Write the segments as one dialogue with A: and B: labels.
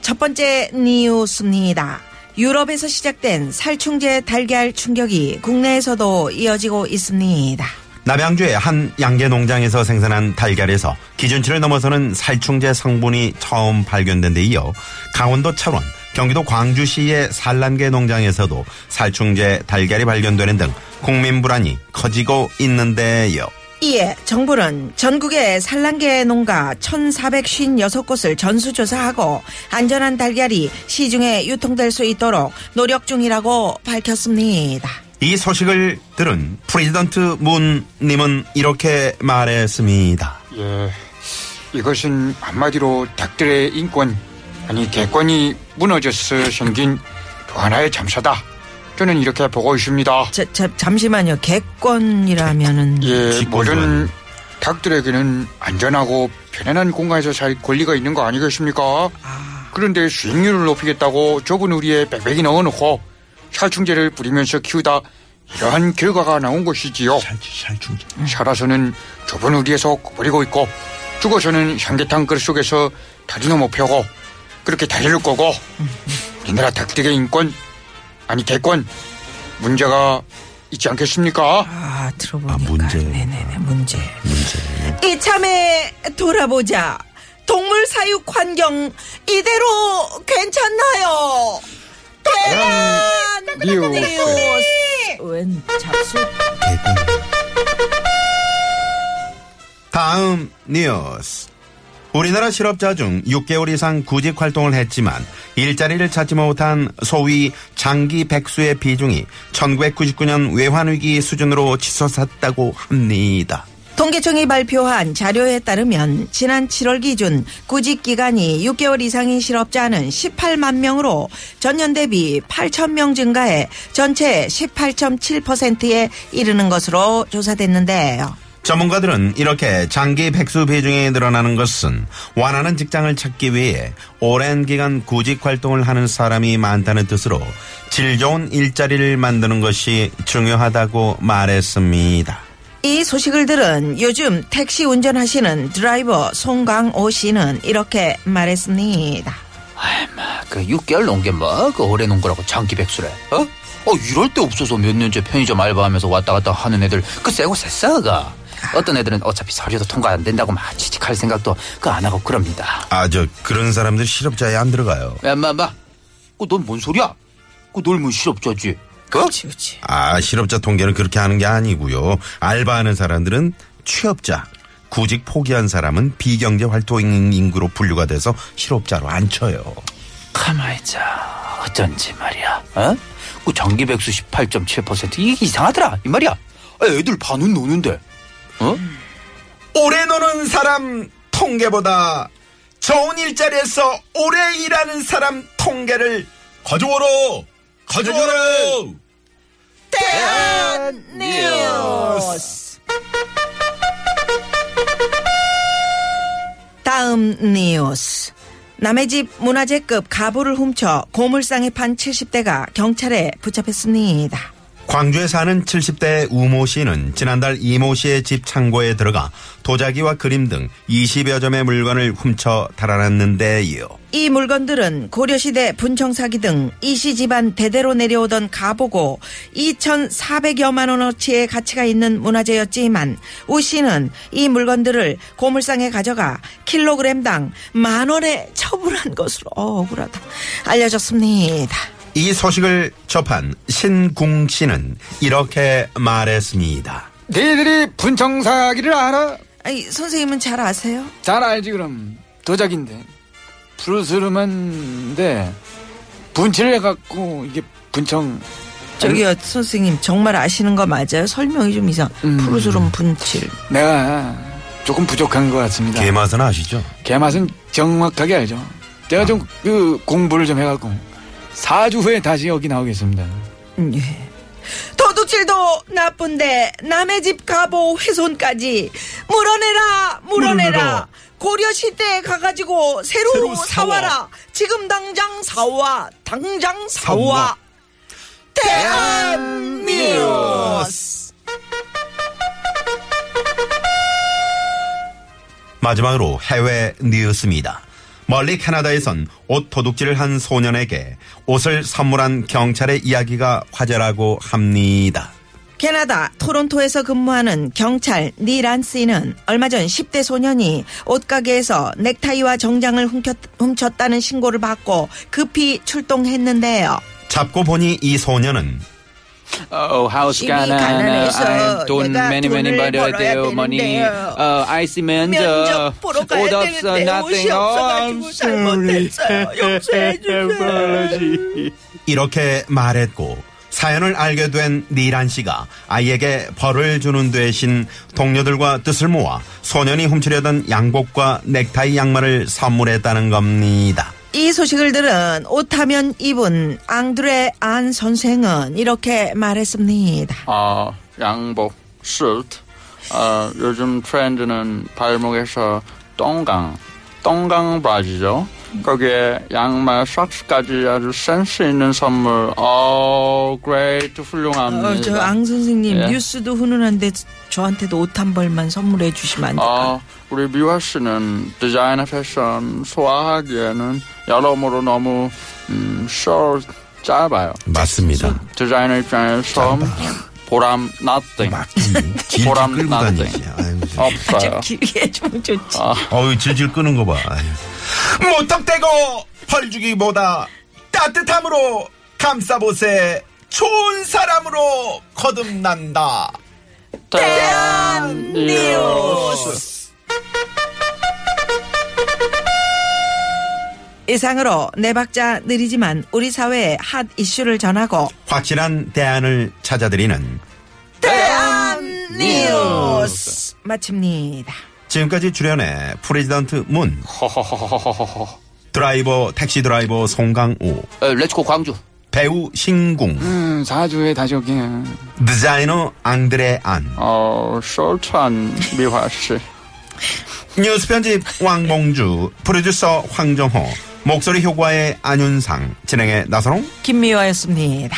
A: 첫 번째 뉴스입니다. 유럽에서 시작된 살충제 달걀 충격이 국내에서도 이어지고 있습니다.
B: 남양주의 한 양계 농장에서 생산한 달걀에서 기준치를 넘어서는 살충제 성분이 처음 발견된 데 이어 강원도 철원, 경기도 광주시의 산란계 농장에서도 살충제 달걀이 발견되는 등 국민 불안이 커지고 있는데요.
A: 이에 정부는 전국의 산란계 농가 1,456곳을 전수조사하고 안전한 달걀이 시중에 유통될 수 있도록 노력 중이라고 밝혔습니다.
B: 이 소식을 들은 프리던트 문님은 이렇게 말했습니다.
C: 예, 이것은 한마디로 닭들의 인권 아니 개권이 무너져서 생긴 또 하나의 잠사다. 저는 이렇게 보고 있습니다.
A: 자, 자, 잠시만요. 개권이라면은
C: 예,
B: 직권
C: 모든
B: 교환.
C: 닭들에게는 안전하고 편안한 공간에서 살 권리가 있는 거 아니겠습니까? 그런데 수익률을 높이겠다고 좁은 우리에 빽빽이 넣어놓고 살충제를 뿌리면서 키우다 이러한 결과가 나온 것이지요.
B: 살충제.
C: 살아서는 좁은 우리에서 버리고 있고 죽어서는 삼계탕 그릇 속에서 다리는 못 펴고 그렇게 다리를 꼬고 우리나라 닭들의 인권 아니 개권 문제가 있지 않겠습니까?
A: 아, 들어보니까
B: 아, 문제.
A: 네네네, 문제. 이참에 돌아보자. 동물 사육 환경 이대로 괜찮나요? 대란
C: 뉴스.
A: 뉴스. 웬 잡수?
B: 다음 뉴스. 우리나라 실업자 중 6개월 이상 구직 활동을 했지만 일자리를 찾지 못한 소위 장기 백수의 비중이 1999년 외환위기 수준으로 치솟았다고 합니다.
A: 통계청이 발표한 자료에 따르면 지난 7월 기준 구직 기간이 6개월 이상인 실업자는 18만 명으로 전년 대비 8천 명 증가해 전체 18.7%에 이르는 것으로 조사됐는데요.
B: 전문가들은 이렇게 장기 백수 비중이 늘어나는 것은 원하는 직장을 찾기 위해 오랜 기간 구직 활동을 하는 사람이 많다는 뜻으로 질 좋은 일자리를 만드는 것이 중요하다고 말했습니다.
A: 이 소식을 들은 요즘 택시 운전하시는 드라이버 송강호 씨는 이렇게 말했습니다.
D: 아이마 그 6개월 넘게 막 오래 논 거라고 장기 백수래 어? 어 이럴 데 없어서 몇 년째 편의점 알바하면서 왔다 갔다 하는 애들 그 쎄고 쎄싸가 어떤 애들은 어차피 서류도 통과 안 된다고 막 취직할 생각도 그 안 하고 그럽니다
B: 아, 저, 그런 사람들 실업자에 안 들어가요.
D: 야 인마 인마 그넌 뭔 소리야 그 놀면 실업자지 어?
A: 그렇지.
B: 아, 실업자 통계는 그렇게 하는 게 아니고요. 알바하는 사람들은 취업자, 구직 포기한 사람은 비경제 활동 인구로 분류가 돼서 실업자로 안 쳐요.
D: 가만있자 어쩐지 말이야 어? 그 장기 백수 18.7% 이게 이상하더라 이 말이야 아, 애들 반은 노는데 어?
B: 오래 노는 사람 통계보다 좋은 일자리에서 오래 일하는 사람 통계를 가져오라! 가져오라!
A: 뉴스. 다음 뉴스. 남의 집 문화재급 가구를 훔쳐 고물상에 판 70대가 경찰에 붙잡혔습니다.
B: 광주에 사는 70대 우모 씨는 지난달 이모 씨의 집 창고에 들어가 도자기와 그림 등 20여 점의 물건을 훔쳐 달아났는데요.
A: 이 물건들은 고려시대 분청사기 등 이씨 집안 대대로 내려오던 가보고 2,400여만 원어치의 가치가 있는 문화재였지만 우 씨는 이 물건들을 고물상에 가져가 킬로그램당 만 원에 처분한 것으로 억울하다 알려졌습니다.
B: 이 소식을 접한 신궁 씨는 이렇게 말했습니다.
C: 네, 니들이 분청사기를 알아?
A: 아니, 선생님은 잘 아세요?
C: 잘 알지 그럼 도자기인데 푸르스름한데 분칠을 해갖고 이게 분청
A: 저기요 선생님 정말 아시는 거 맞아요? 설명이 좀 이상. 푸르스름 분칠.
C: 내가 조금 부족한 것 같습니다.
B: 개맛은 아시죠?
E: 아.
C: 개맛은 정확하게 알죠. 제가 좀 그 공부를 좀 해갖고
E: 4주 후에 다시 여기 나오겠습니다.
A: 음, 예. 도둑질도 나쁜데 남의 집 가보 훼손까지 물어내라 물어내라
B: 물어내라.
A: 고려시대에 가가지고 새로,
B: 새로
A: 사와라
B: 사와.
A: 지금 당장 사와 당장 사와
B: 사와.
A: 대한 뉴스
B: 마지막으로 해외 뉴스입니다. 멀리 캐나다에선 옷 도둑질을 한 소년에게 옷을 선물한 경찰의 이야기가 화제라고 합니다.
A: 캐나다 토론토에서 근무하는 경찰 니란 씨는 얼마 전 10대 소년이 옷가게에서 넥타이와 정장을 훔쳤, 훔쳤다는 신고를 받고 급히 출동했는데요.
B: 잡고 보니 이 소년은
E: Oh, house
A: 집이
E: 가난.
A: 가난해서
E: 아, 돈
A: 내가
E: 많이 많이
A: 돈을
E: 벌어야
A: 벌어야
E: 돼요, money.
A: 되는데요.
E: 어, 아이스 면접.
A: 면접 보러 가야 되는데 옷이 없어가지고 잘못했어요. 용서해
F: 네,
A: 주세요.
B: 이렇게 말했고 사연을 알게 된 니란 씨가 아이에게 벌을 주는 대신 동료들과 뜻을 모아 소년이 훔치려던 양복과 넥타이 양말을 선물했다는 겁니다.
A: 이 소식을 들은 옷하면 입은 앙드레 안 선생은 이렇게 말했습니다.
F: 아, 양복, 슈트. 아, 요즘 트렌드는 발목에서 똥강, 똥강 바지죠. 거기에 양말, 셔츠까지 아주 센스 있는 선물. 어, 그레이트
A: 어,
F: 훌륭합니다.
A: 저앙 선생님
F: 예.
A: 뉴스도 훈훈한데 저한테도 옷 한 벌만 선물해 주시면 안 될까요?
F: 아, 우리 미화 씨는 디자이너 패션 소화하기에는 여러모로 너무 음, 숏 짧아요.
B: 맞습니다.
F: 디자이너 입장에서 보람 nothing
B: 질질
F: 보람
B: 음, 끌고
F: 나는데.
B: 다니지. 아이고, 참.
F: 없어요.
A: 네, 길게 해주면 좋지.
F: 아.
B: 어우 질질 끄는 거 봐. 아유. 무턱대고 헐주기보다 따뜻함으로 감싸보세. 좋은 사람으로 거듭난다.
F: 대한 뉴스.
A: 이상으로 네 박자 느리지만 우리 사회의 핫 이슈를 전하고
B: 확실한 대안을 찾아드리는
A: 대한 뉴스 마칩니다.
B: 지금까지 출연해 프레지던트 문,
F: 허허허허허허.
B: 드라이버 택시 드라이버 송강우,
F: 어,
D: 에, 렛츠고 광주.
B: 배우 신궁,
E: 음, 4주 후에 다시 오게.
B: 디자이너 앙드레 안,
F: 어, 솔찬 미화 씨.
B: 뉴스 편집 왕봉주, 프로듀서 황정호, 목소리 효과의 안윤상, 진행의 나선홍.
A: 김미화였습니다.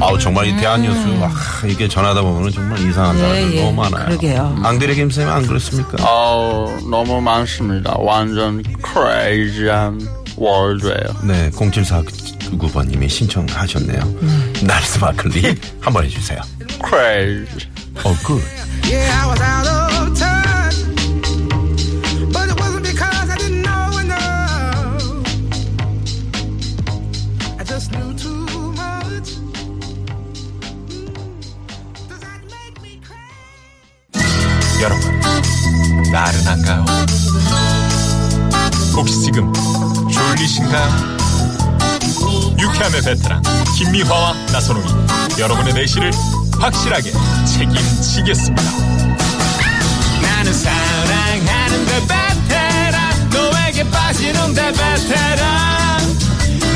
B: 아우 정말 이 대한 뉴스 와 이게 전하다 보면 정말 이상한 사람들
A: 네. 예, 예.
B: 너무 많아요.
A: 그러게요.
B: 앙드레 김쌤 안 그렇습니까? 아,
F: 어, 너무 많습니다. 완전 크레이지한 월드예요.
B: 네, 0749번님이 신청하셨네요.
A: 음.
B: 날스마클리 한번 해주세요.
F: 크레이지.
B: 어, 굿.
G: Yeah, I was out of touch. But it wasn't because I didn't know enough. I just knew too much. Mm, Does that make me crazy?
H: 여러분, 나른한가요? 혹시 지금 졸리신가요? 유쾌함의 베테랑 김미화와 나선홍이 여러분의 내실을 확실하게 책임지겠습니다. 나는 사랑하는데 베테랑 너에게 빠지는데 베테랑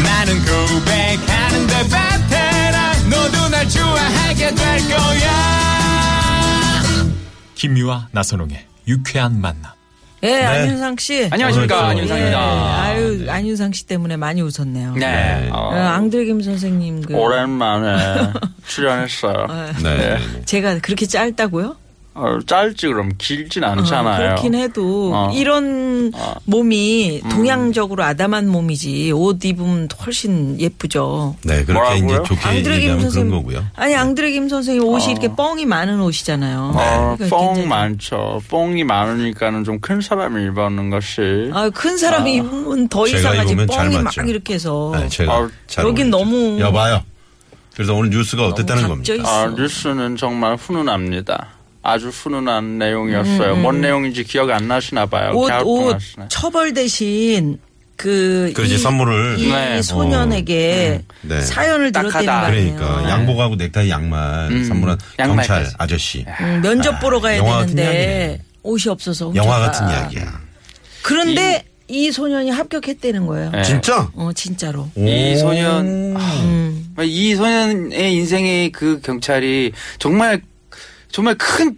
H: 나는 고백하는데 베테랑 너도 날 좋아하게 될 거야. 김유와 나선홍의 유쾌한 만남.
A: 예,
B: 네.
A: 안윤상 씨.
E: 안녕하십니까,
B: 오늘 저-
A: 예,
E: 안윤상입니다.
A: 아유, 안윤상 씨 때문에 많이 웃었네요.
E: 네.
A: 어, 앙들김 선생님 그
F: 아, 오랜만에 출연했어요.
B: 네.
A: 제가 그렇게 짧다고요?
F: 어, 짧지 그럼 길진 않잖아요.
A: 그렇긴 해도
F: 어.
A: 이런 몸이 동양적으로 아담한 몸이지 옷 입으면 훨씬 예쁘죠.
B: 네, 그렇게
F: 뭐라고요?
B: 이제 좋게
A: 앙드레김
B: 얘기하면 그런
A: 선생님
B: 거고요. 네.
A: 아니 앙드레김 선생님 옷이 이렇게 뻥이 많은 옷이잖아요.
F: 어,
A: 그러니까
F: 뽕
A: 굉장히-
F: 많죠. 뽕이 많으니까는 좀 큰 사람이 입는 것이.
A: 아, 큰 사람이 입으면 더
B: 제가
A: 이상하지
B: 입으면 잘
A: 뻥이 막
B: 맞죠.
A: 이렇게 해서
B: 네, 제가
F: 어,
B: 잘
A: 여긴
B: 어울리죠.
A: 너무-
B: 여봐요. 그래서 오늘 뉴스가 어땠다는
A: 너무
B: 겁니까?
A: 각져 있어.
F: 아, 뉴스는 정말 훈훈합니다. 아주 훈훈한 내용이었어요. 뭔 내용인지 기억 안 나시나 봐요.
A: 음, 옷,
F: 갸웃
A: 옷
F: 동하시네.
A: 처벌 대신 그
B: 그러지,
A: 이-
B: 선물을.
A: 이
F: 네.
A: 소년에게
B: 음. 네.
A: 사연을
D: 딱하다.
A: 들었다는 거 아니에요. 네.
B: 그러니까 양복하고 넥타이 양말 선물한 경찰
D: 양말까지.
B: 아저씨
A: 음, 면접 보러 가야
B: 영화 같은
A: 되는데
B: 이야기네.
A: 옷이 없어서
B: 영화
A: 훔쳤다.
B: 같은 이야기야.
A: 그런데 이, 소년이 합격했다는 거예요.
F: 네.
B: 진짜?
A: 어 진짜로. 음.
E: 이
B: 오.
E: 소년
A: 아,
E: 네. 이 소년의 인생의 그 경찰이 정말 정말 큰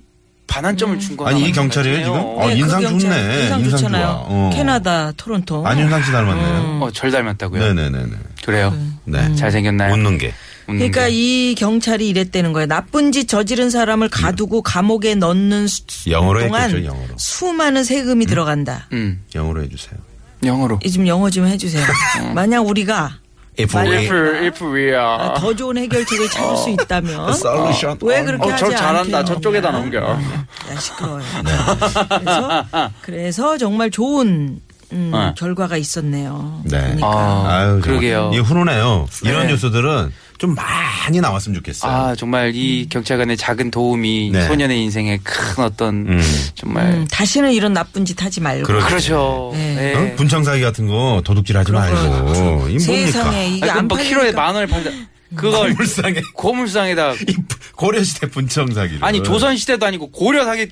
E: 반환점을
A: 음.
E: 준 거예요.
B: 아니 이 경찰이에요 지금? 어,
A: 네,
B: 인상
A: 그
B: 좋네.
A: 경찰, 인상 좋잖아요.
B: 좋아. 어.
A: 캐나다 음. 토론토.
B: 안윤상 씨 닮았네요.
E: 어, 절 닮았다고요?
B: 네네네네.
E: 그래요?
A: 음.
B: 네.
E: 잘생겼나요?
B: 웃는 게.
E: 웃는
A: 그러니까
E: 게.
A: 이 경찰이 이랬다는 거예요. 나쁜 짓 저지른 사람을 가두고 감옥에 넣는 수,
B: 영어로
A: 동안
B: 했겠죠, 영어로.
A: 수많은 세금이 들어간다.
E: 음,
B: 영어로 해주세요.
E: 영어로.
A: 이 좀 영어 좀 해주세요.
E: 네.
A: 만약 우리가
B: If
A: 만약-
B: we
F: If, if we
E: 아.
F: are.
A: 더 좋은 해결책을 찾을 수 있다면
B: solution.
A: 왜 그렇게
F: 어,
A: 하지
F: 저 잘한다.
A: 않겠느냐.
F: 저쪽에다 넘겨.
A: 야, 시끄러워요. 네. 그래서, 그래서 정말 좋은 음,
E: 네.
A: 결과가 있었네요.
B: 네.
A: 그러니까.
E: 아,
B: 아유, 정말.
E: 그러게요.
B: 이 훈훈해요. 이런
E: 네.
B: 뉴스들은 좀 많이 나왔으면 좋겠어요.
E: 아, 정말 이
A: 음.
E: 경찰관의 작은 도움이
B: 네.
E: 소년의 인생에 큰 어떤
B: 음.
E: 정말
A: 음, 다시는 이런 나쁜 짓 하지 말고
B: 그러-
E: 그렇죠.
A: 네.
E: 네.
B: 어? 분청사기 같은 거 도둑질 하지 말고. 이
A: 세상에
B: 뭡니까?
A: 이게
E: 아니,
A: 안
E: 그럼 뭐 키로에
A: 팔리니까
E: 만 원을 판다. 그걸
B: 물상에.
E: 고물상에다
B: 이 고려시대 분청사기를.
E: 아니 조선 시대도 아니고 고려 사기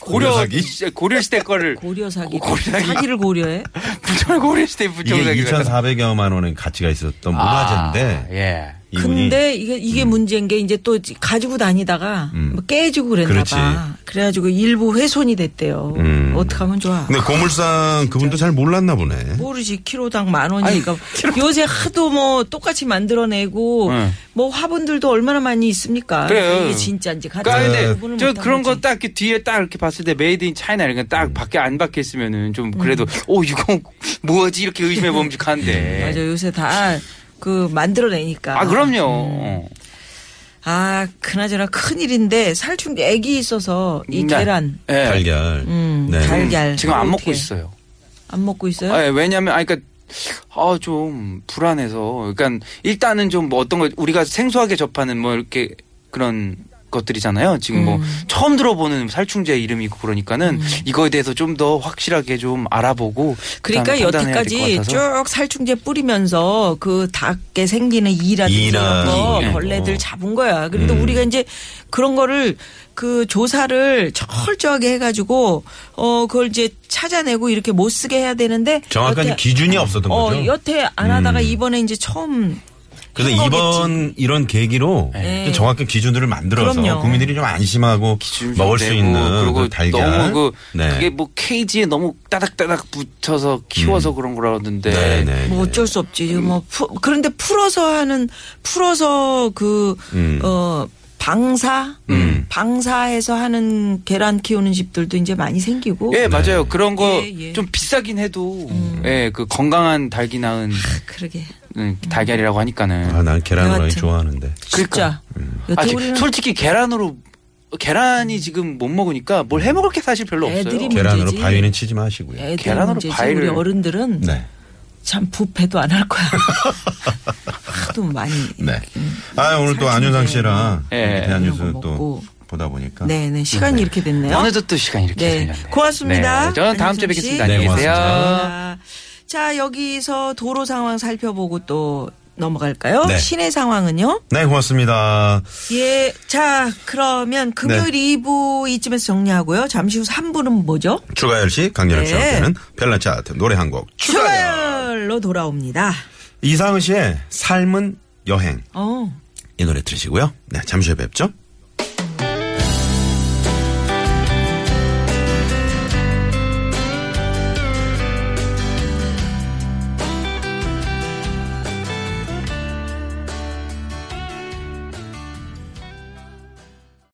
E: 고려
B: 고려사기?
E: 고려 시대 거를
A: 고려 사기
E: 고려 사기.
A: 사기를 고려해
E: 부천 고려 시대 부천
B: 이게
E: 사기
B: 2,400여만 원의 가치가 있었던 문화재인데
E: 예.
B: 이분이 음.
A: 근데 이게 이게 문제인 게 이제 또 가지고 다니다가 뭐 깨지고 그랬나
B: 그렇지.
A: 봐 그래가지고 일부 훼손이 됐대요
B: 음.
A: 어떻게 하면 좋아
B: 근데 고물상 그분도 잘 몰랐나 보네.
A: 모르지 키로당 만 원이니까 뭐 요새 하도 뭐 똑같이 만들어내고
E: 응.
A: 뭐 화분들도 얼마나 많이 있습니까?
E: 네. 그래요.
A: 이게 진짜인지 가짜.
E: 그러니까
A: 구분을
E: 근데 저
A: 못한
E: 그런
A: 거지.
E: 거 딱 뒤에 딱 이렇게 봤을 때 메이드 인 차이나 이런
B: 음.
E: 거딱 밖에 안 박혀 있으면은 좀
A: 음.
E: 그래도 오 이거 뭐지 이렇게 의심해
A: 맞아
E: 범직한데.
A: 요새 다 그 만들어내니까.
E: 아 그럼요.
A: 음. 아 그나저나 큰 일인데 살충제 애기 있어서 이
E: 네.
A: 계란,
E: 예.
B: 달걀.
A: 음,
B: 네.
A: 달걀
E: 지금 안 먹고
A: 어떡해.
E: 있어요.
A: 안 먹고 있어요?
E: 아, 예, 왜냐면 아 그러니까 아 좀 불안해서 그러니까 일단은 좀 뭐 어떤 걸 우리가 생소하게 접하는 뭐 이렇게 그런 것들이잖아요. 지금 뭐 처음 들어보는 살충제 이름이고 그러니까는
A: 음.
E: 이거에 대해서 좀 더 확실하게 좀 알아보고
A: 그러니까
E: 그다음에 판단해야 될것
A: 여태까지
E: 같아서.
A: 쭉 살충제 뿌리면서 그 닭에 생기는 이라든지
B: 이라.
A: 이런 거
B: 예.
A: 벌레들
B: 어.
A: 잡은 거야. 그런데 우리가 이제 그런 거를 그 조사를 철저하게 해가지고 어 그걸 이제 찾아내고 이렇게 못 쓰게 해야 되는데
B: 정확한
A: 여태-
B: 기준이 없었던
A: 어
B: 거죠. 음.
A: 여태 안 하다가 이번에 이제 처음
B: 그래서
A: 한
B: 이번 이런 계기로 좀 정확한 기준들을 만들어서
A: 네. 그럼요.
B: 국민들이 좀 안심하고
E: 기준 좀
B: 먹을 수
E: 내고
B: 있는
E: 그리고
B: 그 달걀.
E: 너무 그
B: 네.
E: 그게 뭐 케이지에 너무 따닥따닥 붙여서 키워서 그런 거라던데
B: 음. 네, 네,
E: 예.
A: 뭐 어쩔 수 없지. 뭐 푸- 그런데 풀어서 하는 풀어서 그
E: 음.
A: 어. 방사, 방사해서 하는 계란 키우는 집들도 이제 많이 생기고.
B: 네.
E: 예 맞아요 그런 거 좀
A: 예, 음. 예.
E: 비싸긴 해도 예 그 건강한 닭이 낳은
A: 그러게.
E: 음, 달걀이라고 하니까는
B: 아, 난 계란 후라이
A: 여하튼.
B: 좋아하는데.
A: 진짜. 여태
E: 아, 지-
A: 우리는
E: 솔직히 계란으로 계란이 지금 못 먹으니까
B: 음.
E: 뭘 해 먹을 게 사실 별로 없어요.
A: 애들이 뭐-
B: 계란으로
A: 문제지. 네.
B: 바위는 치지 마시고요.
A: 애들
E: 계란으로
A: 문제지.
E: 과일을-
A: 우리 어른들은
B: 네.
A: 참 부패도 안 할 거야. 하도 많이.
B: 네. 아, 오늘 또
A: 살찐데.
B: 안윤상 씨랑 네,
E: 예.
B: 대한 뉴스
A: 네. 먹고.
B: 또 보다 보니까.
A: 네, 네. 시간이 이렇게 됐네요.
E: 어느덧 또 시간이 이렇게
A: 네.
E: 생겼네요.
A: 고맙습니다.
E: 네, 저는 다음 주에
A: 안윤상 씨.
E: 뵙겠습니다.
B: 네,
E: 안녕히 계세요.
B: 고맙습니다.
A: 아, 자, 여기서 도로 상황 살펴보고 또 넘어갈까요?
B: 네.
A: 시내 상황은요?
B: 네, 고맙습니다.
A: 예. 자, 그러면 금요일
B: 네.
A: 2부 이쯤에서 정리하고요. 잠시 후 3부는 뭐죠?
B: 추가열 씨, 강렬 씨와
A: 네.
B: 함께는 별난 차트 노래 한 곡.
A: 추가열로 돌아옵니다.
B: 이상은 씨의 삶은 여행.
A: 어.
B: 이 노래 들으시고요. 네, 잠시 후에 뵙죠.